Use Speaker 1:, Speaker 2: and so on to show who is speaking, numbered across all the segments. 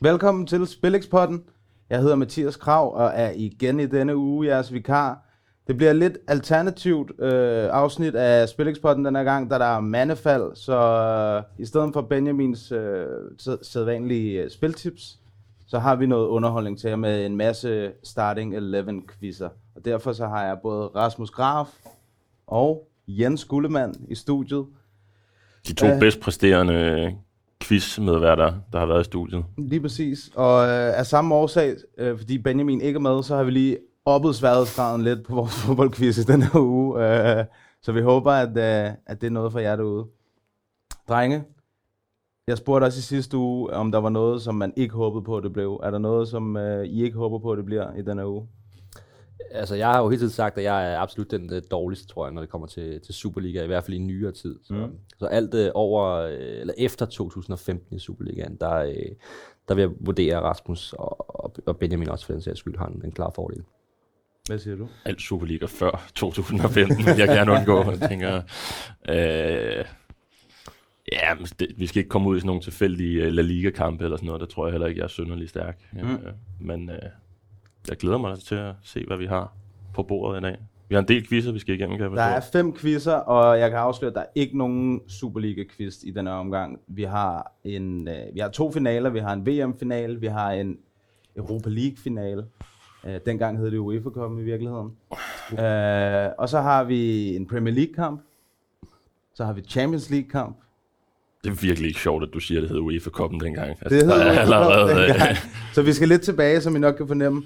Speaker 1: Velkommen til Spilexpotten. Jeg hedder Mathias Krav og er igen i denne uge jeres vikar. Det bliver lidt alternativt øh, afsnit af Spilexpotten den her gang, da der er mandefald. Så øh, i stedet for Benjamins øh, sæd- sædvanlige øh, spiltips, så har vi noget underholdning til jer med en masse Starting 11 quizzer. Og derfor så har jeg både Rasmus Graf og Jens Gullemann i studiet.
Speaker 2: De to
Speaker 1: Ja.
Speaker 2: øh. bedst præsterende quizmedværter, der har været i studiet.
Speaker 1: Lige præcis. Og øh, af samme årsag, øh, fordi Benjamin ikke er med, så har vi lige oppet sværhedsgraden lidt på vores fodboldquiz i den her uge. Øh, så vi håber, at, øh, at det er noget for jer derude. Drenge, jeg spurgte også i sidste uge, om der var noget, som man ikke håbede på, at det blev. Er der noget, som øh, I ikke håber på, at det bliver i den her uge?
Speaker 3: Altså, jeg har jo hele tiden sagt, at jeg er absolut den øh, dårligste, tror jeg, når det kommer til, til Superliga, i hvert fald i nyere tid. Så, mm. så alt øh, over, øh, eller efter 2015 i Superligaen, der, øh, der vil jeg vurdere at Rasmus og, og- og Benjamin også for den sags skyld har en, en klar fordel.
Speaker 1: Hvad siger du?
Speaker 2: Alt Superliga før 2015, vil jeg gerne undgå. Jeg tænker, øh, ja, men det, vi skal ikke komme ud i sådan nogle tilfældige øh, La Liga-kampe eller sådan noget. Der tror jeg heller ikke, jeg er synderlig stærk. Mm. Øh, men øh, jeg glæder mig til at se, hvad vi har på bordet i dag. Vi har en del quizzer, vi skal igennem, kan jeg
Speaker 1: Der er
Speaker 2: forstå.
Speaker 1: fem quizzer, og jeg kan afsløre, at der er ikke nogen Superliga-quiz i den her omgang. Vi har, en, øh, vi har to finaler. Vi har en VM-finale, vi har en Europa League-finale. Øh, dengang hed det UEFA Cup i virkeligheden. Øh, og så har vi en Premier League-kamp. Så har vi Champions League-kamp.
Speaker 2: Det er virkelig ikke sjovt, at du siger, at det hed UEFA-koppen dengang. Altså,
Speaker 1: Det
Speaker 2: der
Speaker 1: hedder
Speaker 2: er allerede, øh,
Speaker 1: Så vi skal lidt tilbage, som I nok kan fornemme.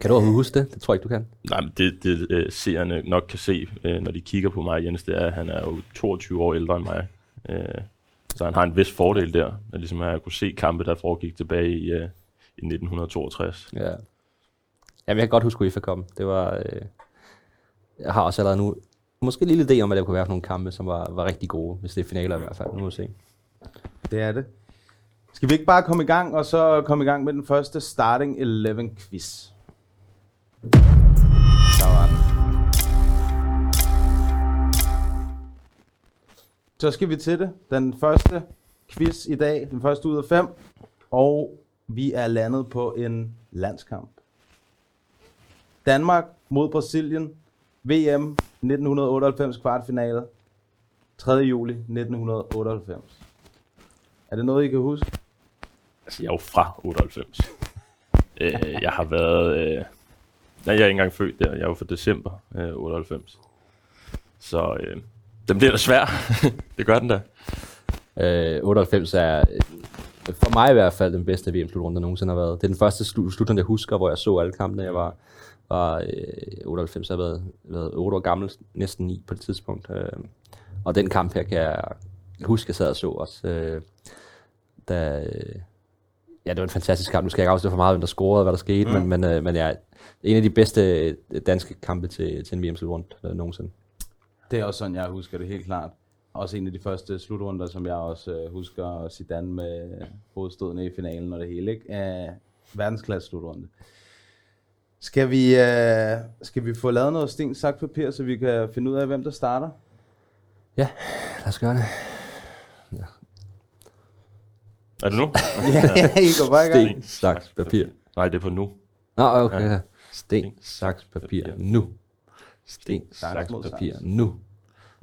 Speaker 3: Kan du overhovedet huske det? Det tror jeg ikke, du kan.
Speaker 2: Nej, men det, det øh, seerne nok kan se, øh, når de kigger på mig, Jens, det er, at han er jo 22 år ældre end mig. Øh, så han har en vis fordel der, at ligesom at jeg kunne se kampe, der foregik tilbage i, øh, i 1962.
Speaker 3: Ja. Jamen, jeg kan godt huske UEFA kom. Det var... Øh, jeg har også allerede nu måske en lille idé om, at der kunne være nogle kampe, som var, var rigtig gode, hvis det er finaler i hvert fald. Nu må vi se.
Speaker 1: Det er det. Skal vi ikke bare komme i gang, og så komme i gang med den første Starting 11 quiz? Der var den. Så skal vi til det. Den første quiz i dag, den første ud af fem, og vi er landet på en landskamp. Danmark mod Brasilien, VM 1998 kvartfinale, 3. juli 1998. Er det noget, I kan huske?
Speaker 2: Altså, jeg er jo fra 98. øh, jeg har været... Øh, nej, jeg er ikke engang født der. Jeg er jo fra december øh, 98. Så øh, den bliver da svær. det gør den da.
Speaker 3: Øh, 98 er øh, for mig i hvert fald den bedste VM-slutrunde, der nogensinde har været. Det er den første slu- slutrunde, jeg husker, hvor jeg så alle kampene. Jeg var, var øh, 98, jeg har været, været 8 år gammel, næsten 9 på det tidspunkt. Øh, og den kamp her kan jeg huske, jeg sad og så også. Øh, da, øh, ja, det var en fantastisk kamp. Nu skal jeg ikke afsløre for meget, hvem der scorede og hvad der skete, mm. men, men, øh, men ja, en af de bedste øh, danske kampe til, til en VM-slutrunde øh, nogensinde.
Speaker 1: Det er også sådan, jeg husker det helt klart. Også en af de første slutrunder, som jeg også øh, husker Zidane med hovedstødene i finalen og det hele. Ikke? Øh, verdensklasse slutrunde. Skal vi, øh, skal vi få lavet noget sten, sakt, papir, så vi kan finde ud af, hvem der starter?
Speaker 3: Ja, lad os gøre det.
Speaker 2: Er det nu?
Speaker 1: ja, I går bare i gang.
Speaker 3: Sten, saks, papir.
Speaker 2: nej, det er på nu.
Speaker 3: Nå, okay.
Speaker 2: Ja.
Speaker 3: Ja. Sten, saks, papir,
Speaker 2: papir.
Speaker 3: nu. Sten,
Speaker 1: Saks
Speaker 3: saks,
Speaker 1: mod
Speaker 3: papir,
Speaker 1: saks.
Speaker 3: nu.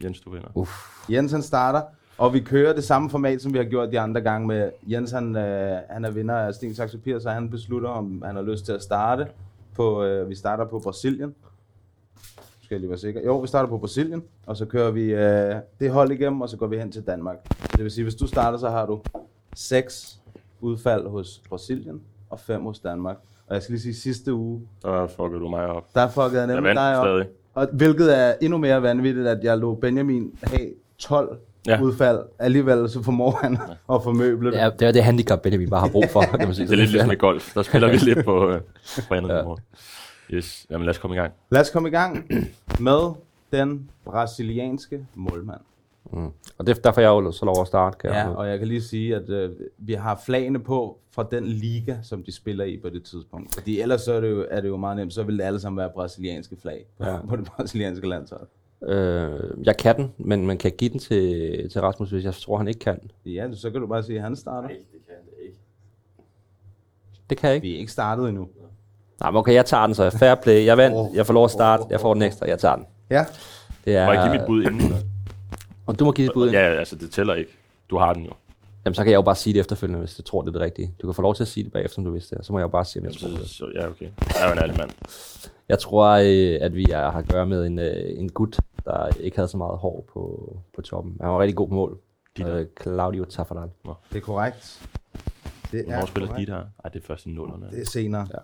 Speaker 2: Jens, du vinder.
Speaker 3: Uff.
Speaker 1: Jensen starter, og vi kører det samme format, som vi har gjort de andre gange med Jens, han, øh, han er vinder af Sten Saxe Papir, så han beslutter, om han har lyst til at starte på, øh, vi starter på Brasilien. Nu Skal jeg lige være sikker. Jo, vi starter på Brasilien, og så kører vi øh, det hold igennem, og så går vi hen til Danmark. Det vil sige, hvis du starter, så har du seks udfald hos Brasilien og fem hos Danmark. Og jeg skal lige sige, sidste uge,
Speaker 2: Der fucker du mig op.
Speaker 1: der fuckede jeg nemlig
Speaker 2: vandt
Speaker 1: dig op.
Speaker 2: stadig.
Speaker 1: Og hvilket er endnu mere vanvittigt, at jeg lå Benjamin have 12 ja.
Speaker 2: Ja.
Speaker 1: udfald. Alligevel så formår han at formøble det.
Speaker 3: Ja, det er det handicap, Benjamin bare har brug for, kan man sige.
Speaker 2: Det er lidt ligesom i golf. Der spiller vi lidt på, øh, på andet ja. niveau. Yes, jamen lad os komme i gang.
Speaker 1: Lad os komme i gang med den brasilianske målmand.
Speaker 3: Mm. Og det er derfor, jeg jo så lov at starte, kan
Speaker 1: Ja,
Speaker 3: jeg.
Speaker 1: og jeg kan lige sige, at øh, vi har flagene på fra den liga, som de spiller i på det tidspunkt. Fordi ellers så er det jo, er det jo meget nemt, så vil det alle sammen være brasilianske flag ja.
Speaker 3: Ja.
Speaker 1: på det brasilianske landshold.
Speaker 3: Øh, jeg kan den, men man kan give den til, til Rasmus, hvis jeg tror, han ikke kan.
Speaker 1: Ja, så kan du bare sige, at han starter.
Speaker 4: det kan det ikke.
Speaker 3: Det kan jeg ikke.
Speaker 1: Vi er ikke startet endnu.
Speaker 3: Nej, men okay, jeg tager den så. Fair play. Jeg vandt. Jeg får lov at starte. Jeg får den ekstra. Jeg tager den.
Speaker 1: Ja.
Speaker 3: Det er...
Speaker 2: Må jeg give mit bud inden?
Speaker 3: Og du må give dit bud. ind.
Speaker 2: Ja, altså det tæller ikke. Du har den jo.
Speaker 3: Jamen, så kan jeg jo bare sige det efterfølgende, hvis jeg tror, det er det rigtige. Du kan få lov til at sige det bagefter, om du vidste det. og Så må jeg jo bare sige, om jeg tror
Speaker 2: Så,
Speaker 3: det.
Speaker 2: så, ja, okay. Jeg er jo en ærlig mand.
Speaker 3: Jeg tror, øh, at vi er, har at gøre med en, øh, en gut, der ikke havde så meget hår på, på toppen. Han var rigtig god på mål.
Speaker 2: Guitar.
Speaker 3: Øh, Claudio Tafarel.
Speaker 1: Det er korrekt. Det
Speaker 2: Hvornår spiller
Speaker 1: korrekt.
Speaker 2: de der? Ej, det er først i nullerne.
Speaker 1: Det er senere. Ja.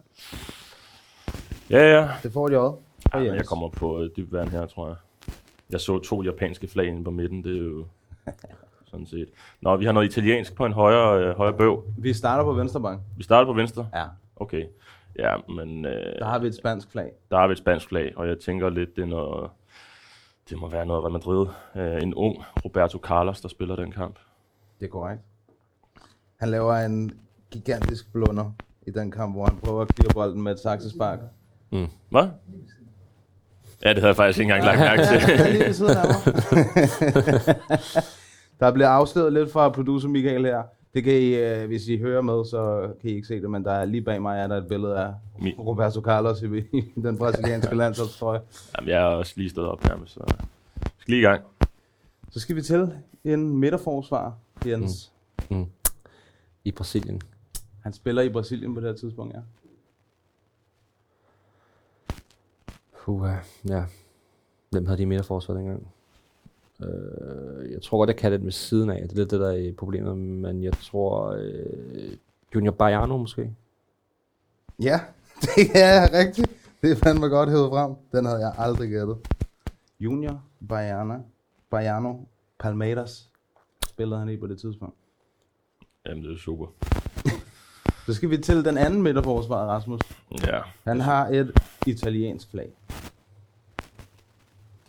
Speaker 2: Ja, ja.
Speaker 1: Det får de også.
Speaker 2: Ej, men jeg kommer på øh, dybt vand her, tror jeg. Jeg så to japanske flag inde på midten, det er jo sådan set. Nå, vi har noget italiensk på en højere, øh, højere bøv.
Speaker 1: Vi starter på venstre bank.
Speaker 2: Vi starter på venstre.
Speaker 1: Ja.
Speaker 2: Okay. Ja, men øh,
Speaker 1: Der har vi et spansk flag.
Speaker 2: der er vi et spansk flag, og jeg tænker lidt, det er noget, det må være noget Real Madrid. Øh, en ung Roberto Carlos, der spiller den kamp.
Speaker 1: Det er korrekt. Han laver en gigantisk blunder i den kamp, hvor han prøver at klire bolden med et saksespark.
Speaker 2: Hvad? Ja, det havde jeg faktisk ikke engang lagt mærke til.
Speaker 1: Han er lige ved siden af mig. Der bliver afsløret lidt fra producer Michael her. Det kan I, øh, hvis I hører med, så kan I ikke se det, men der er lige bag mig er der et billede af
Speaker 2: Mi-
Speaker 1: Roberto Carlos i, i den brasilianske landsholdstrøje.
Speaker 2: Jamen, jeg er også lige stået op nærmest, så vi skal lige i gang.
Speaker 1: Så skal vi til en midterforsvar, Jens. Mm.
Speaker 3: I Brasilien.
Speaker 1: Han spiller i Brasilien på det her tidspunkt, ja.
Speaker 3: Puh, ja. Hvem havde de mere forsvar dengang? Øh, jeg tror godt, jeg kan det ved siden af. Det er lidt det, der er problemet, men jeg tror... Øh, Junior Baiano måske?
Speaker 1: Ja, det er rigtigt. Det er fandme godt hævet frem. Den havde jeg aldrig gættet. Junior Baiana, Baiano Palmeiras spillede han i på det tidspunkt.
Speaker 2: Jamen, det er super.
Speaker 1: Så skal vi til den anden midterforsvarer, Rasmus.
Speaker 2: Ja,
Speaker 1: Han har et italiensk flag.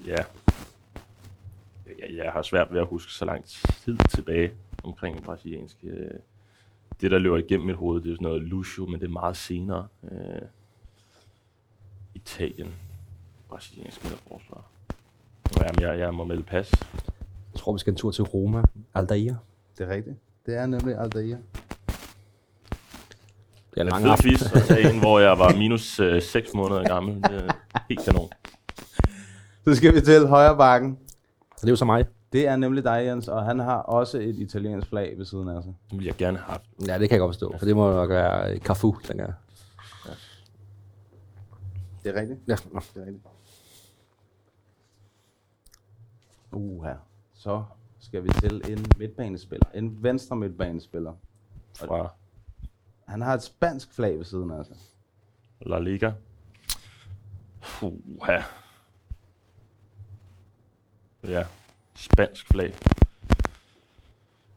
Speaker 2: Ja. Jeg, jeg har svært ved at huske så lang tid tilbage omkring den brasilianske. øh, Det, der løber igennem mit hoved, det er sådan noget Lucio, men det er meget senere. Øh, Italien. Brasiliansk midterforsvar. Nå, Jamen, jeg, jeg må melde pas.
Speaker 3: Jeg tror, vi skal en tur til Roma. Aldair.
Speaker 1: Det er rigtigt. Det er nemlig Aldair.
Speaker 3: Det er en lang
Speaker 2: Fed
Speaker 3: aften.
Speaker 2: quiz at tage en, hvor jeg var minus øh, 6 måneder gammel. Det er helt kanon.
Speaker 1: Så skal vi til højre bakken.
Speaker 3: Så det er jo så mig.
Speaker 1: Det er nemlig dig, Jens, og han har også et italiensk flag ved siden af sig.
Speaker 2: Det ville jeg gerne have haft.
Speaker 3: Ja, det kan jeg godt forstå, for det må nok være Cafu, tænker jeg.
Speaker 1: Det er rigtigt.
Speaker 3: Ja.
Speaker 1: Det er rigtigt. Uha. Så skal vi til en midtbanespiller. En venstre midtbanespiller.
Speaker 2: Fra
Speaker 1: Han har et spansk flag ved siden af sig.
Speaker 2: La Liga. Puha. Ja, spansk flag.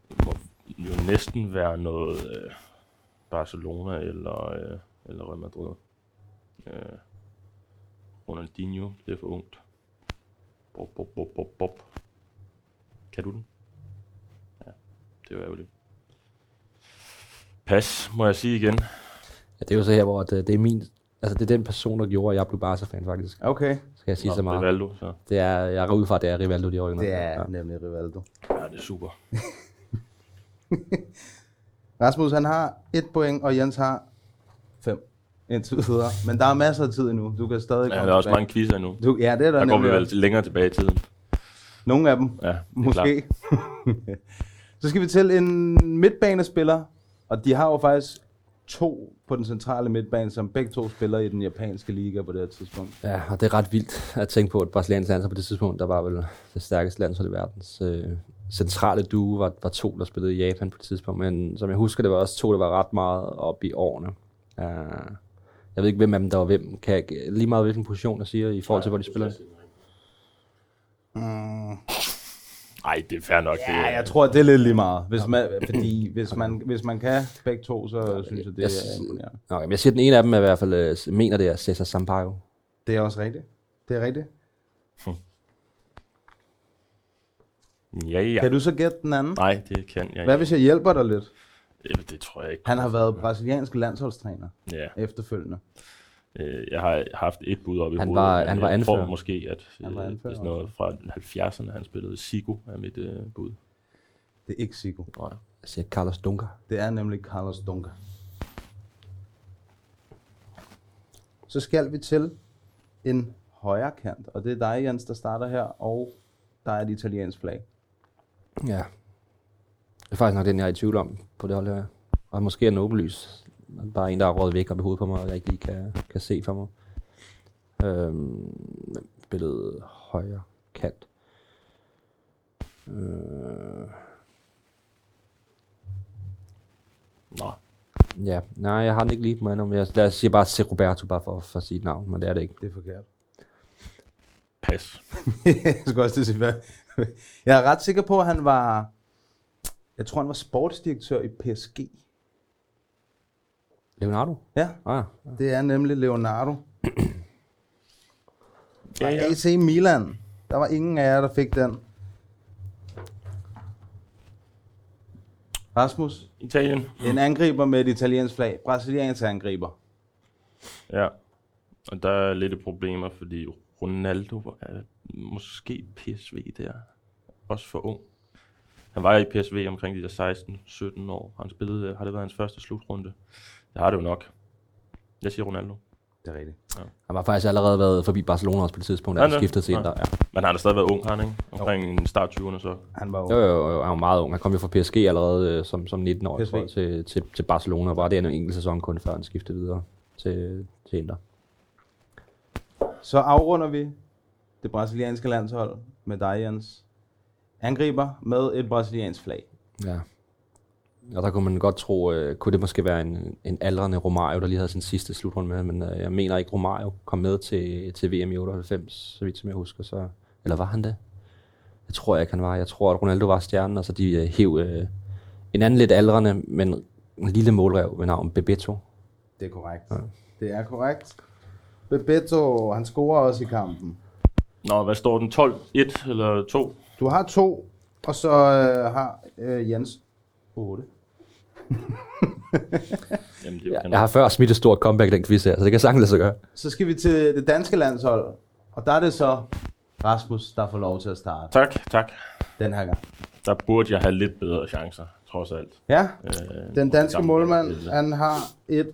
Speaker 2: Det må jo næsten være noget øh, Barcelona eller, øh, eller Real Madrid. Øh, Ronaldinho, det er for ungt. Bop, bop, bop, bop, bop. Kan du den? Ja, det er jo ærgerligt. Pas, må jeg sige igen.
Speaker 3: ja. det er jo så her, hvor det, det er min... Altså, det er den person, der gjorde, at jeg blev Barca-fan, faktisk.
Speaker 1: Okay.
Speaker 3: Skal jeg sige
Speaker 2: Nå,
Speaker 3: så meget.
Speaker 2: Rivaldo, så.
Speaker 3: Det er, jeg er ud fra, at det er Rivaldo, de år
Speaker 1: Det er
Speaker 3: Ja.
Speaker 1: nemlig Rivaldo.
Speaker 2: Ja, det er super.
Speaker 1: Rasmus, han har et point, og Jens har fem indtil videre. Men der er masser af tid endnu. Du kan stadig
Speaker 2: Ja,
Speaker 1: komme
Speaker 2: der er også
Speaker 1: tilbage.
Speaker 2: mange quizzer nu.
Speaker 1: Du, ja, det er der,
Speaker 2: Der går vi
Speaker 1: nemlig.
Speaker 2: vel længere tilbage i tiden.
Speaker 1: Nogle af dem.
Speaker 2: Ja, det er
Speaker 1: Måske. så skal vi til en midtbanespiller, og de har jo faktisk to på den centrale midtbane, som begge to spiller i den japanske liga på det her tidspunkt.
Speaker 3: ja, og det er ret vildt at tænke på, at Brasiliens landshold på det tidspunkt, der var vel det stærkeste landshold i verdens øh, centrale duo, var, var to, der spillede i Japan på det tidspunkt. Men som jeg husker, det var også to, der var ret meget oppe i årene. Uh, jeg ved ikke, hvem af dem, der var hvem. Kan jeg, lige meget hvilken position, jeg siger, i forhold til, hvor de spiller.
Speaker 2: Nej, det er fair nok.
Speaker 1: Ja,
Speaker 2: det, er-
Speaker 1: jeg tror, det er lidt lige meget. Hvis man, fordi hvis man, hvis man kan begge to, så synes jeg, det
Speaker 3: Jeg
Speaker 1: er
Speaker 3: synes-
Speaker 1: imponerende.
Speaker 3: Nå, men jeg siger, at den ene af dem er i hvert fald, øh, mener det er Cesar Sampaio.
Speaker 1: Det er også rigtigt. Det er rigtigt.
Speaker 2: ja, ja.
Speaker 1: Kan du så gætte den anden?
Speaker 2: Nej, det kan jeg
Speaker 1: Hvad
Speaker 2: ikke.
Speaker 1: hvis jeg hjælper dig lidt?
Speaker 2: Jamen, Det tror jeg ikke.
Speaker 1: Han har været brasiliansk landsholdstræner
Speaker 2: Ja.
Speaker 1: efterfølgende.
Speaker 2: øh, Jeg har haft et bud op i
Speaker 3: Han
Speaker 2: hovedet.
Speaker 3: var-
Speaker 2: men
Speaker 3: han var
Speaker 2: jeg
Speaker 3: anfører.
Speaker 2: tror måske, at øh,
Speaker 1: Han var
Speaker 2: det er
Speaker 1: anfører
Speaker 2: sådan noget fra 70'erne, han spillede Sigo er mit øh, bud.
Speaker 1: Det er ikke Sigo.
Speaker 2: Nej.
Speaker 3: Jeg siger Carlos Dunker.
Speaker 1: Det er nemlig Carlos Dunker. Så skal vi til en højre kant, og det er dig, Jens, der starter her, og der er et italiensk flag.
Speaker 3: Ja. Det er faktisk nok den, jeg er i tvivl om på det hold her. Og måske er den åbenlys. Bare en, der har rådet væk op i hovedet på mig, og jeg ikke lige kan, kan se for mig. Øhm, billedet højre kant. Øh,
Speaker 2: Nå,
Speaker 3: ja, nej, jeg har den ikke lige på mig endnu, men jeg, lad os sige bare se Roberto, bare for, for at sige et navn, men det er det ikke.
Speaker 1: Det er forkert.
Speaker 2: pas.
Speaker 1: jeg skulle også til at sige, hvad? Jeg er ret sikker på, at han var... Jeg tror, han var sportsdirektør i PSG.
Speaker 3: Leonardo?
Speaker 1: Ja,
Speaker 3: Ah,
Speaker 1: det er nemlig Leonardo.
Speaker 2: Ja,
Speaker 1: Ja,
Speaker 2: ja.
Speaker 1: AC Milan. Der var ingen af jer, der fik den. Rasmus,
Speaker 2: Italien.
Speaker 1: en angriber med et italiensk flag. Brasiliansk angriber.
Speaker 2: Ja. Og der er lidt problemer, fordi Ronaldo er måske PSV der. Også for ung. Han var i PSV omkring de der 16-17 år. Han spillede, har det været hans første slutrunde? Det har det jo nok. Jeg siger Ronaldo.
Speaker 1: Det er rigtigt.
Speaker 3: han var faktisk allerede været forbi Barcelona også på det tidspunkt, da
Speaker 2: Ja,
Speaker 3: han
Speaker 2: ja.
Speaker 3: skiftede til
Speaker 2: Ja.
Speaker 3: Inter. Ja.
Speaker 2: Men han har da stadig været ung, har han ikke? Omkring start 20'erne så.
Speaker 1: Han var jo...
Speaker 3: Jo, jo, jo, han var meget ung. Han kom jo fra PSG allerede øh, som, som 19 år
Speaker 1: PSV.
Speaker 3: til, til, til Barcelona, og var der en enkelt sæson kun, før han skiftede videre til, til Inter.
Speaker 1: Så afrunder vi det brasilianske landshold med dig, Jens. Angriber med et brasiliansk flag.
Speaker 3: Ja. Og der kunne man godt tro, øh, kunne det måske være en, en aldrende Romario, der lige havde sin sidste slutrunde med, men øh, jeg mener ikke, Romario kom med til, til VM i 98, så vidt som jeg husker. Så, eller var han det? Jeg tror ikke, han var. Jeg tror, at Ronaldo var stjernen, og så de øh, hev øh, en anden lidt aldrende, men en lille målrev ved navn Bebeto.
Speaker 1: Det er korrekt. Ja. Det er korrekt. Bebeto, han scorer også i kampen.
Speaker 2: Nå, hvad står den? 12-1 eller 2?
Speaker 1: Du har to, og så øh, har øh, Jens otte.
Speaker 2: Jamen, det er jo
Speaker 3: Jeg,
Speaker 2: kanon.
Speaker 3: jeg har før smidt et stort comeback i den quiz her, så det kan sagtens lade sig gøre.
Speaker 1: Så skal vi til det danske landshold, og der er det så Rasmus, der får lov til at starte
Speaker 2: Tak, tak.
Speaker 1: den her gang.
Speaker 2: Der burde jeg have lidt bedre chancer, trods alt.
Speaker 1: Ja,
Speaker 2: Øh,
Speaker 1: den danske
Speaker 2: gammeldags
Speaker 1: målmand,
Speaker 2: billede.
Speaker 1: han har et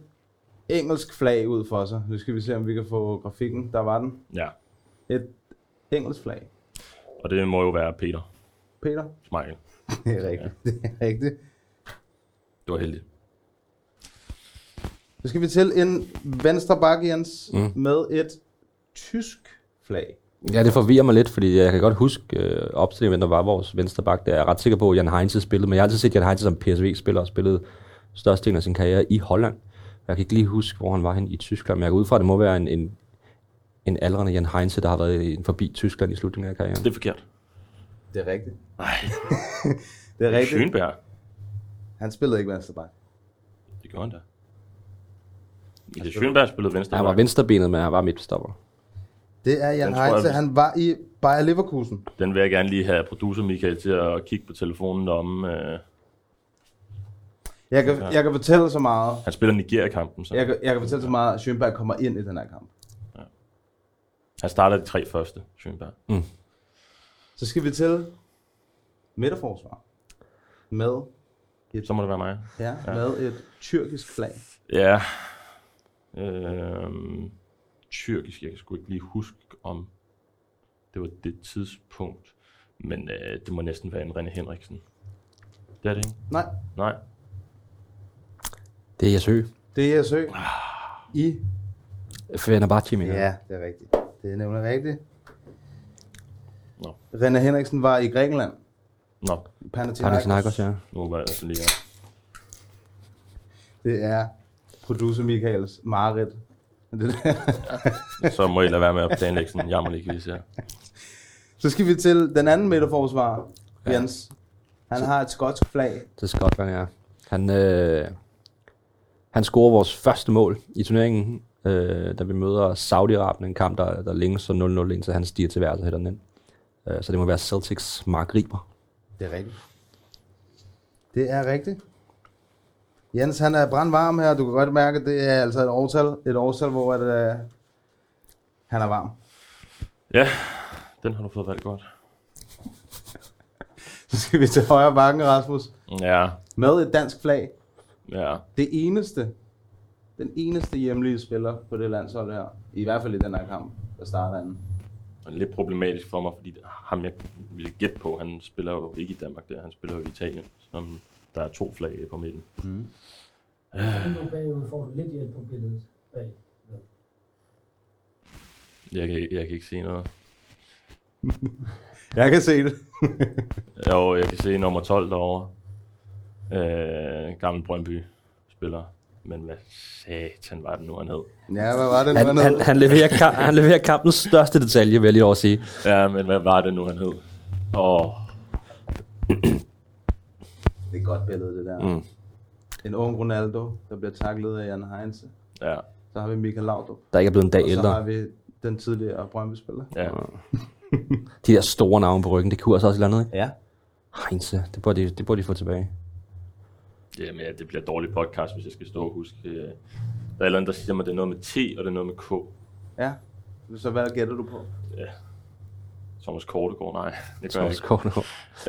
Speaker 1: engelsk flag ud for sig. Nu skal vi se, om vi kan få grafikken. Der var den.
Speaker 2: Ja,
Speaker 1: Et engelsk flag.
Speaker 2: og det må jo være Peter
Speaker 1: Peter?
Speaker 2: Smeichel.
Speaker 1: Det er rigtigt. Det er rigtigt.
Speaker 2: Du var heldig.
Speaker 1: Så skal vi til en venstre bakke, Jens, mm. med et tysk flag.
Speaker 3: Ja, det forvirrer mig lidt, fordi jeg kan godt huske øh, opstillingen, der var vores venstre bak, der er jeg ret sikker på, at Jan Heinze spillede, men jeg har altid set Jan Heinze som PSV-spiller og spillede størstedelen af sin karriere i Holland. Jeg kan ikke lige huske, hvor han var hen i Tyskland, men jeg går ud fra, at det må være en, en, en aldrende Jan Heinze, der har været i- forbi Tyskland i slutningen af karrieren.
Speaker 2: Det er forkert.
Speaker 1: Det er rigtigt.
Speaker 2: Nej,
Speaker 1: Det er rigtigt.
Speaker 2: Schönberg.
Speaker 1: Han spillede ikke venstre bakke.
Speaker 2: Det gjorde han da. Det Schönberg spillede venstre.
Speaker 3: Han var
Speaker 2: bak.
Speaker 3: venstrebenet, men han var midtstopper.
Speaker 1: Det er Jan
Speaker 2: Den tror jeg,
Speaker 1: Heinze.
Speaker 2: vi-
Speaker 1: Han var i Bayer Leverkusen.
Speaker 2: Den vil jeg gerne lige have producer Michael til at kigge på telefonen om. Øh,
Speaker 1: Jeg kan, jeg kan fortælle så meget.
Speaker 2: han spiller Nigeria-kampen, så
Speaker 1: Jeg kan, jeg kan fortælle så meget, at Schönberg kommer ind i den her kamp.
Speaker 2: han starter de tre første, Schönberg.
Speaker 1: Så skal vi til midterforsvar. Med,
Speaker 2: Så må det være mig.
Speaker 1: ja, ja. med et tyrkisk flag.
Speaker 2: Ja. Øhm, tyrkisk, jeg kan sgu ikke lige huske om det var det tidspunkt. Men øh, det må næsten være en René Henriksen. Det er det ikke?
Speaker 1: Nej,
Speaker 2: Nej.
Speaker 3: Det er Jes Høgh.
Speaker 1: det er SØ. I?
Speaker 3: Fenerbahce, mener jeg.
Speaker 1: Ja, det er rigtigt. Det er nemlig rigtigt.
Speaker 2: Nå.
Speaker 1: René Henriksen var i Grækenland.
Speaker 2: Nå,
Speaker 3: Panathinaikos, ja.
Speaker 2: nu var jeg altså lige...
Speaker 1: Det er producer Michaels Marit. Det der.
Speaker 2: Så må I lade være med at planlægge sådan en jammerlig quiz her.
Speaker 1: Så skal vi til den anden midterforsvar, Jens. Han har et skotsk flag.
Speaker 3: til Skotland, ja. Han, øh, han scorer vores første mål i turneringen, øh, da vi møder Saudi-Arabien, en kamp, der, der længe så 0-0, indtil han stiger til værelse og hætter den ind. Øh, så det må være Celtics Mark Riber.
Speaker 1: Det er rigtigt. Det er rigtigt. Jens, han er brandvarm her. Du kan godt mærke, at det er altså et årtal, et årtal hvor at, øh, han er varm.
Speaker 2: Ja, den har du fået valgt godt.
Speaker 1: Så skal vi til højre bakken, Rasmus.
Speaker 2: Ja,
Speaker 1: Med et dansk flag.
Speaker 2: ja.
Speaker 1: Det eneste den eneste hjemlige spiller på det landshold her. I hvert fald i den her kamp, der starter anden.
Speaker 2: Og lidt problematisk for mig, fordi ham jeg ville gætte på, han spiller jo ikke i Danmark der, han spiller jo i Italien, som der er to flag på midten.
Speaker 4: Indo bagud får du lidt hjælp på billedet bag.
Speaker 2: Jeg kan, jeg kan ikke se noget.
Speaker 1: Jeg kan se det.
Speaker 2: Jo, jeg kan se nummer 12 derovre. Øh, gammel Brøndby spiller. Men hvad satan var det nu, han hed?
Speaker 1: Ja, hvad var det nu?
Speaker 3: Han, han, han, leverer, ka- han leverer kampens største detalje, vil jeg lige over at sige.
Speaker 2: Ja, men hvad var det nu, han hed? Åh,
Speaker 1: Det er et godt billede, det der.
Speaker 2: Mm.
Speaker 1: Mm. En ung Ronaldo, der bliver taklet af Jan Heinze.
Speaker 2: ja,
Speaker 1: Så har vi Michael Laudrup.
Speaker 3: Der ikke er blevet en dag
Speaker 1: Og så
Speaker 3: ældre.
Speaker 1: har vi den tidligere Brøndby-spiller.
Speaker 2: ja.
Speaker 3: De der store navne på ryggen, det kunne altså også et eller andet, ikke?
Speaker 1: Ja.
Speaker 3: Heinze, det burde de, det burde de få tilbage.
Speaker 2: Jamen, ja, det bliver et dårligt podcast, hvis jeg skal stå og huske. øh, Der er et eller andet, der siger mig, det er noget med T, og det er noget med K.
Speaker 1: Ja. Så hvad gætter du på?
Speaker 2: Thomas Kortegård, nej. Det gør jeg
Speaker 3: Thomas
Speaker 2: ikke.
Speaker 3: Kornå.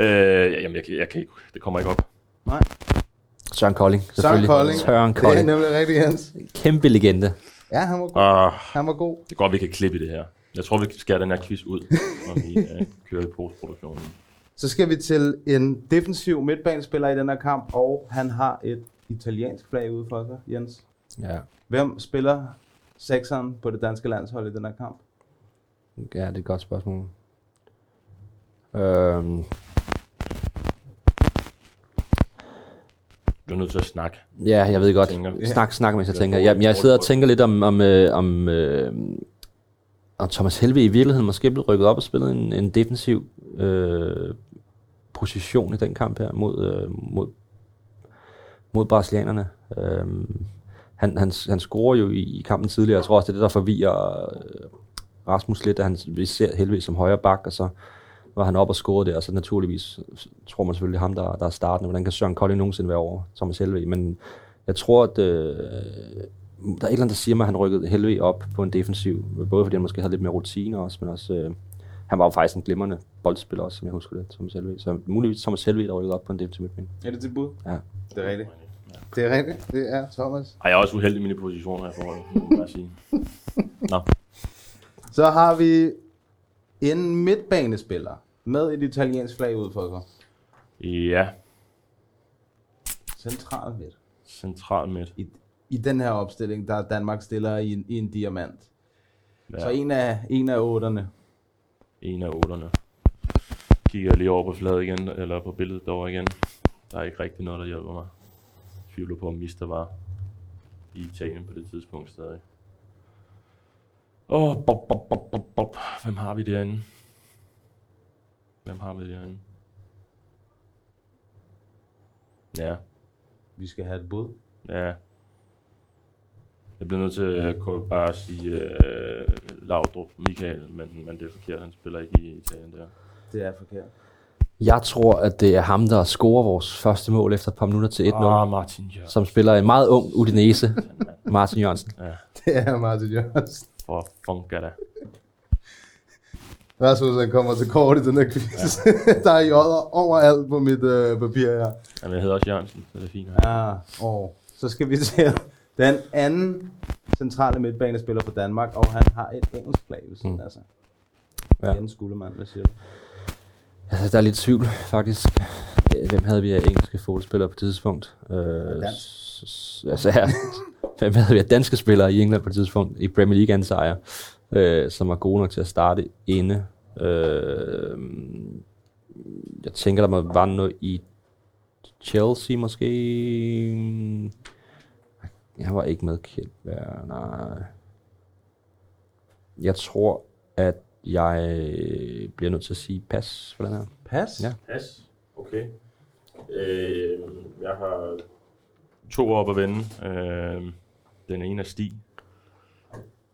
Speaker 2: Øh, ja, jamen, jeg, kan- jeg kan ikke. Det kommer ikke op.
Speaker 1: Nej.
Speaker 3: Søren Kolding,
Speaker 1: Søren
Speaker 3: selvfølgelig.
Speaker 1: Kolding.
Speaker 3: Søren
Speaker 1: Det
Speaker 3: Kolding.
Speaker 1: er nemlig rigtig hans.
Speaker 3: Kæmpe legende.
Speaker 1: Ja, han var god.
Speaker 2: Ah,
Speaker 1: Han var god.
Speaker 2: det er godt, vi kan klippe i det her. Jeg tror, vi kan skære den her quiz ud, når vi øh, kører i postproduktionen.
Speaker 1: Så skal vi til en defensiv midtbanespiller i den her kamp, og han har et italiensk flag ude for sig, Jens.
Speaker 3: Ja.
Speaker 1: Hvem spiller sekseren på det danske landshold i den her kamp?
Speaker 3: ja, det er et godt spørgsmål. Øhm,
Speaker 2: Du er nødt til at snakke.
Speaker 3: ja, jeg ved godt.
Speaker 2: Tænker.
Speaker 3: Snak, snak, mens jeg
Speaker 2: Ja.
Speaker 3: tænker. Jeg, jeg sidder og tænker lidt om, om, øh, om, øh, om Thomas Helve i virkeligheden måske blev rykket op og spillet en, en defensiv øh, position i den kamp her mod, øh, mod, mod brasilianerne. Øhm, han, han, han scorer jo i, i kampen tidligere. Jeg tror også, det er det, der forvirrer øh, Rasmus lidt, at han, vi ser heldigvis som højre bak, og så var han op og scorede der, og så naturligvis tror man selvfølgelig ham, der, der er starten. Hvordan kan Søren Kolding nogensinde være over Thomas Helve? Men jeg tror, at øh, der er et eller andet, der siger mig, at han rykkede Helve op på en defensiv, både fordi han måske havde lidt mere rutine også, men også, øh, han var jo faktisk en glimrende boldspiller også, som jeg husker det, Thomas Helve. Så muligvis Thomas Helve, der rykkede op på en defensiv midtbane.
Speaker 1: Er det dit bud?
Speaker 3: Ja.
Speaker 1: Det er rigtigt. Det er rigtigt. Det er Thomas.
Speaker 2: Ej, jeg er også uheldig med mine positioner i forhold, må man bare sige. Nå,
Speaker 1: Så har vi en midtbanespiller med et italiensk flag ude for sig.
Speaker 2: ja,
Speaker 1: Central midt.
Speaker 2: central midt.
Speaker 1: I, I den her opstilling, der er Danmark stiller i en, i en diamant. Ja. Så
Speaker 2: Ja.
Speaker 1: en af, en af otterne.
Speaker 2: En af otterne. Kigger jeg lige over på fladet igen, eller på billedet derovre igen. Der er ikke rigtig noget, der hjælper mig. Jeg tvivler på, om Mister var i Italien på det tidspunkt stadig. Åh, oh, bop, bop, bop, bop, bop. Hvem har vi derinde? Hvem har vi derinde? Ja,
Speaker 1: Vi skal have et bud.
Speaker 2: ja. Jeg bliver nødt til at kunne bare sige øh, Laudrup Michael, men, men det er forkert, han spiller ikke i Italien der.
Speaker 1: Det er forkert.
Speaker 3: Jeg tror, at det er ham, der scorer vores første mål efter et par minutter til 1-0,
Speaker 1: Ah,
Speaker 2: Åh,
Speaker 3: oh.
Speaker 2: oh, Martin Jørgensen.
Speaker 3: som spiller en meget ung Udinese,
Speaker 2: mand.
Speaker 3: Martin Jørgensen.
Speaker 1: Det er Martin Jørgensen.
Speaker 2: For funker det.
Speaker 1: Rasmus, han kommer til kort i den her quiz. Ja. der er jodder overalt på mit øh, papir her.
Speaker 2: Jamen, jeg hedder også Jørgensen, så det er fint.
Speaker 1: Ah, og så skal vi til den anden centrale midtbanespiller for Danmark, og han har et engelsk flag ved siden af sig.
Speaker 3: Ja.
Speaker 1: Mm. Ja. Jens Skuldermann, hvad siger du?
Speaker 3: Altså, der er lidt tvivl, faktisk. Øh, Hvem havde vi af engelske fodboldspillere på et tidspunkt? Øh, s- s- altså, ja. Hvem havde vi af danske spillere i England på et tidspunkt? I Premier League ansejre, øh, som var gode nok til at starte inde. Øh, jeg tænker, der må var noget i Chelsea måske. Jeg var ikke med Kjeldberg, nej. Jeg tror, at jeg øh, bliver nødt til at sige pas for den her.
Speaker 1: Pas?
Speaker 3: Ja.
Speaker 2: Pas. Okay. Øh, jeg har to op at vende. Øh, den ene er Stig,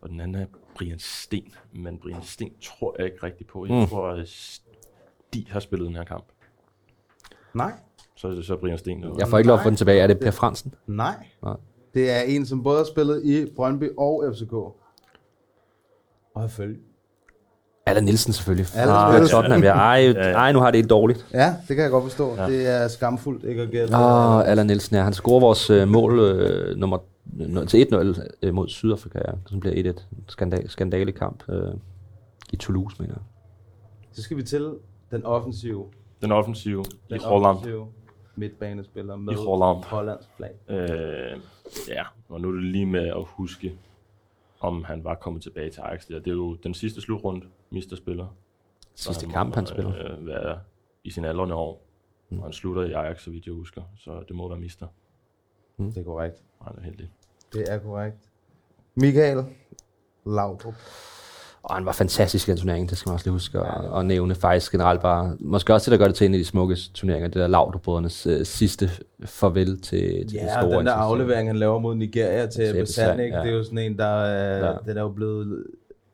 Speaker 2: og den anden er Brian Sten. Men Brian Sten tror jeg ikke rigtig på. Jeg
Speaker 3: Mm.
Speaker 2: mm. tror, at Stig har spillet den her kamp.
Speaker 1: Nej.
Speaker 2: Så er det så Brian Sten. Der.
Speaker 3: Jeg får ikke lov at få den tilbage. Er det Per Fransen?
Speaker 1: Nej.
Speaker 3: Nej.
Speaker 1: Det er en, som både har spillet i Brøndby og FCK. Og har følge.
Speaker 3: Allan Nielsen selvfølgelig.
Speaker 1: Allan
Speaker 3: Ah,
Speaker 1: Nielsen.
Speaker 3: Tottenham, ja. Ej, ej, nu har det ikke dårligt.
Speaker 1: Ja, det kan jeg godt forstå. Ja. Det er skamfuldt ikke at gætte.
Speaker 3: Ah. Åh, oh, Allan Nielsen, ja. Han scorer vores øh, mål øh, nummer 0 til 1-0 øh, mod Sydafrika, ja. som bliver 1-1. Skandal, skandalekamp øh, i Toulouse, mener jeg.
Speaker 1: Så skal vi til den offensive.
Speaker 2: Den offensive
Speaker 1: Den
Speaker 2: i Holland.
Speaker 1: offensive midtbanespiller med
Speaker 2: I Holland.
Speaker 1: Hollands flag.
Speaker 2: Øh, ja, og nu er det lige med at huske, om han var kommet tilbage til Ajax. Der. Det er jo den sidste slutrunde, Mister spiller. Så
Speaker 3: Sidste kamp,
Speaker 2: må,
Speaker 3: han spiller.
Speaker 2: Øh, være i sin aldrende år. Mm. Og han slutter i Ajax, så vidt jeg husker. Så det må være Mister.
Speaker 1: Det er korrekt.
Speaker 2: Han er heldig.
Speaker 1: Det er korrekt. Michael Laudrup.
Speaker 3: Og han var fantastisk i den turnering, det skal man også lige huske at, at nævne. Faktisk generelt bare, måske også det, der gør det til en af de smukkeste turneringer, det der Laudrup-brødrenes øh, sidste farvel til, til det
Speaker 1: Ja, og
Speaker 3: store.
Speaker 1: den der
Speaker 3: internationale.
Speaker 1: aflevering, han laver mod Nigeria til
Speaker 3: Ebbe
Speaker 1: Ebbe
Speaker 3: Sand,
Speaker 1: ikke?
Speaker 3: ja.
Speaker 1: det er jo sådan en, der øh,
Speaker 3: Ja.
Speaker 1: den er jo blevet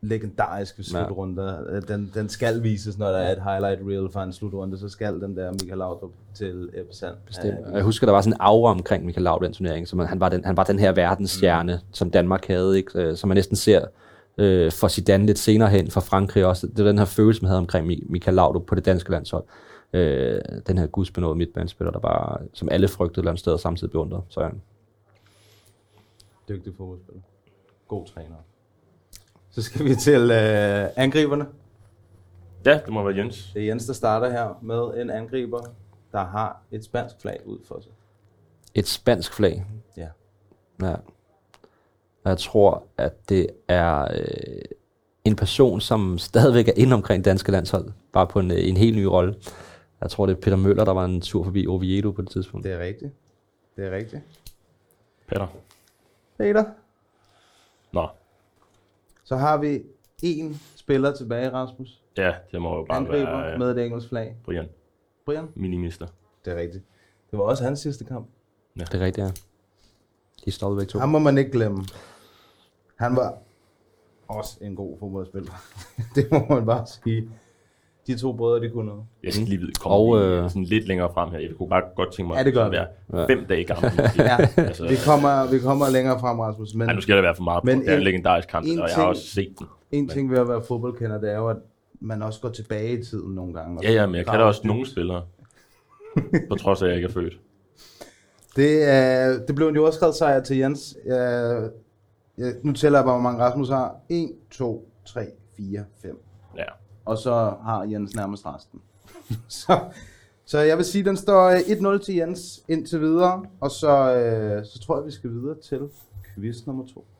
Speaker 1: legendarisk ved
Speaker 3: Ja.
Speaker 1: slutrunder. Øh, Den, den skal vises, når der er et highlight reel fra en slutrunde, så skal den der Michael Laudrup til Ebbe Sand.
Speaker 3: Bestemt. Og jeg husker, der var sådan en aura omkring Michael Laudrup i den turnering, som han var den, han var den her verdensstjerne, mm. som Danmark havde, ikke? Øh, som man næsten ser øh, for Zidane lidt senere hen, for Frankrig også. Det var den her følelse, man havde omkring Mi- Michael Laudrup på det danske landshold. Øh, den her gudsbenåede midtbanespiller, der bare, som alle frygtede et eller andet sted, og samtidig beundrede. Så ja.
Speaker 1: Dygtig fodboldspiller. God træner. Så skal vi til øh, angriberne.
Speaker 2: Ja, det må være Jens.
Speaker 1: Det er Jens, der starter her med en angriber, der har et spansk flag ud for sig.
Speaker 3: et spansk flag.
Speaker 1: Ja.
Speaker 3: Ja. Og jeg tror, at det er øh, en person, som stadigvæk er inde omkring danske landshold, bare på en, øh, en helt ny rolle. Jeg tror, det er Peter Møller, der var en tur forbi Oviedo på det tidspunkt.
Speaker 1: Det er rigtigt. Det er rigtigt.
Speaker 2: Peter.
Speaker 1: Peter,
Speaker 2: Nå,
Speaker 1: så har vi en spiller tilbage, Rasmus.
Speaker 2: ja, det må jo bare
Speaker 1: Angriber
Speaker 2: være øh,
Speaker 1: med et engelsk flag.
Speaker 2: Brian.
Speaker 1: Brian?
Speaker 2: Minimister.
Speaker 1: Det er rigtigt. Det var også hans sidste kamp.
Speaker 3: Det er rigtigt, ja. De stoppede begge to.
Speaker 1: Ham må man ikke glemme. Han var også en god fodboldspiller. det må man bare sige. De to brødre, de kunne noget.
Speaker 2: Jeg skal lige vide,
Speaker 3: Og,
Speaker 2: kommer vi
Speaker 3: øh,
Speaker 2: sådan lidt længere frem her. Jeg kunne bare godt tænke mig
Speaker 1: Ja, det gør
Speaker 2: at
Speaker 1: vi.
Speaker 2: være fem dage gammel.
Speaker 1: Ja,
Speaker 2: altså,
Speaker 1: vi kommer, vi kommer længere frem, Rasmus. Men
Speaker 2: ej, nu skal der være for meget. på.
Speaker 1: Men
Speaker 2: det er en
Speaker 1: en-
Speaker 2: legendarisk kamp,
Speaker 1: en
Speaker 2: og jeg har
Speaker 1: ting-
Speaker 2: også set den.
Speaker 1: en ting ved at være fodboldkender, det er jo, at man også går tilbage i tiden nogle gange. og
Speaker 2: Ja, ja, men jeg kan da
Speaker 1: graver
Speaker 2: også
Speaker 1: dybt.
Speaker 2: nogle spillere. på trods af, at jeg ikke er født.
Speaker 1: Det, øh, det blev en jordskred sejr til Jens. Øh, jeg, nu tæller jeg bare, hvor mange Rasmus har. 1, 2, 3, 4, 5.
Speaker 2: Ja.
Speaker 1: Og så har Jens nærmest resten. så, så jeg vil sige, at den står øh, 1-0 til Jens indtil videre. Og så, øh, så tror jeg, vi skal videre til quiz nummer 2.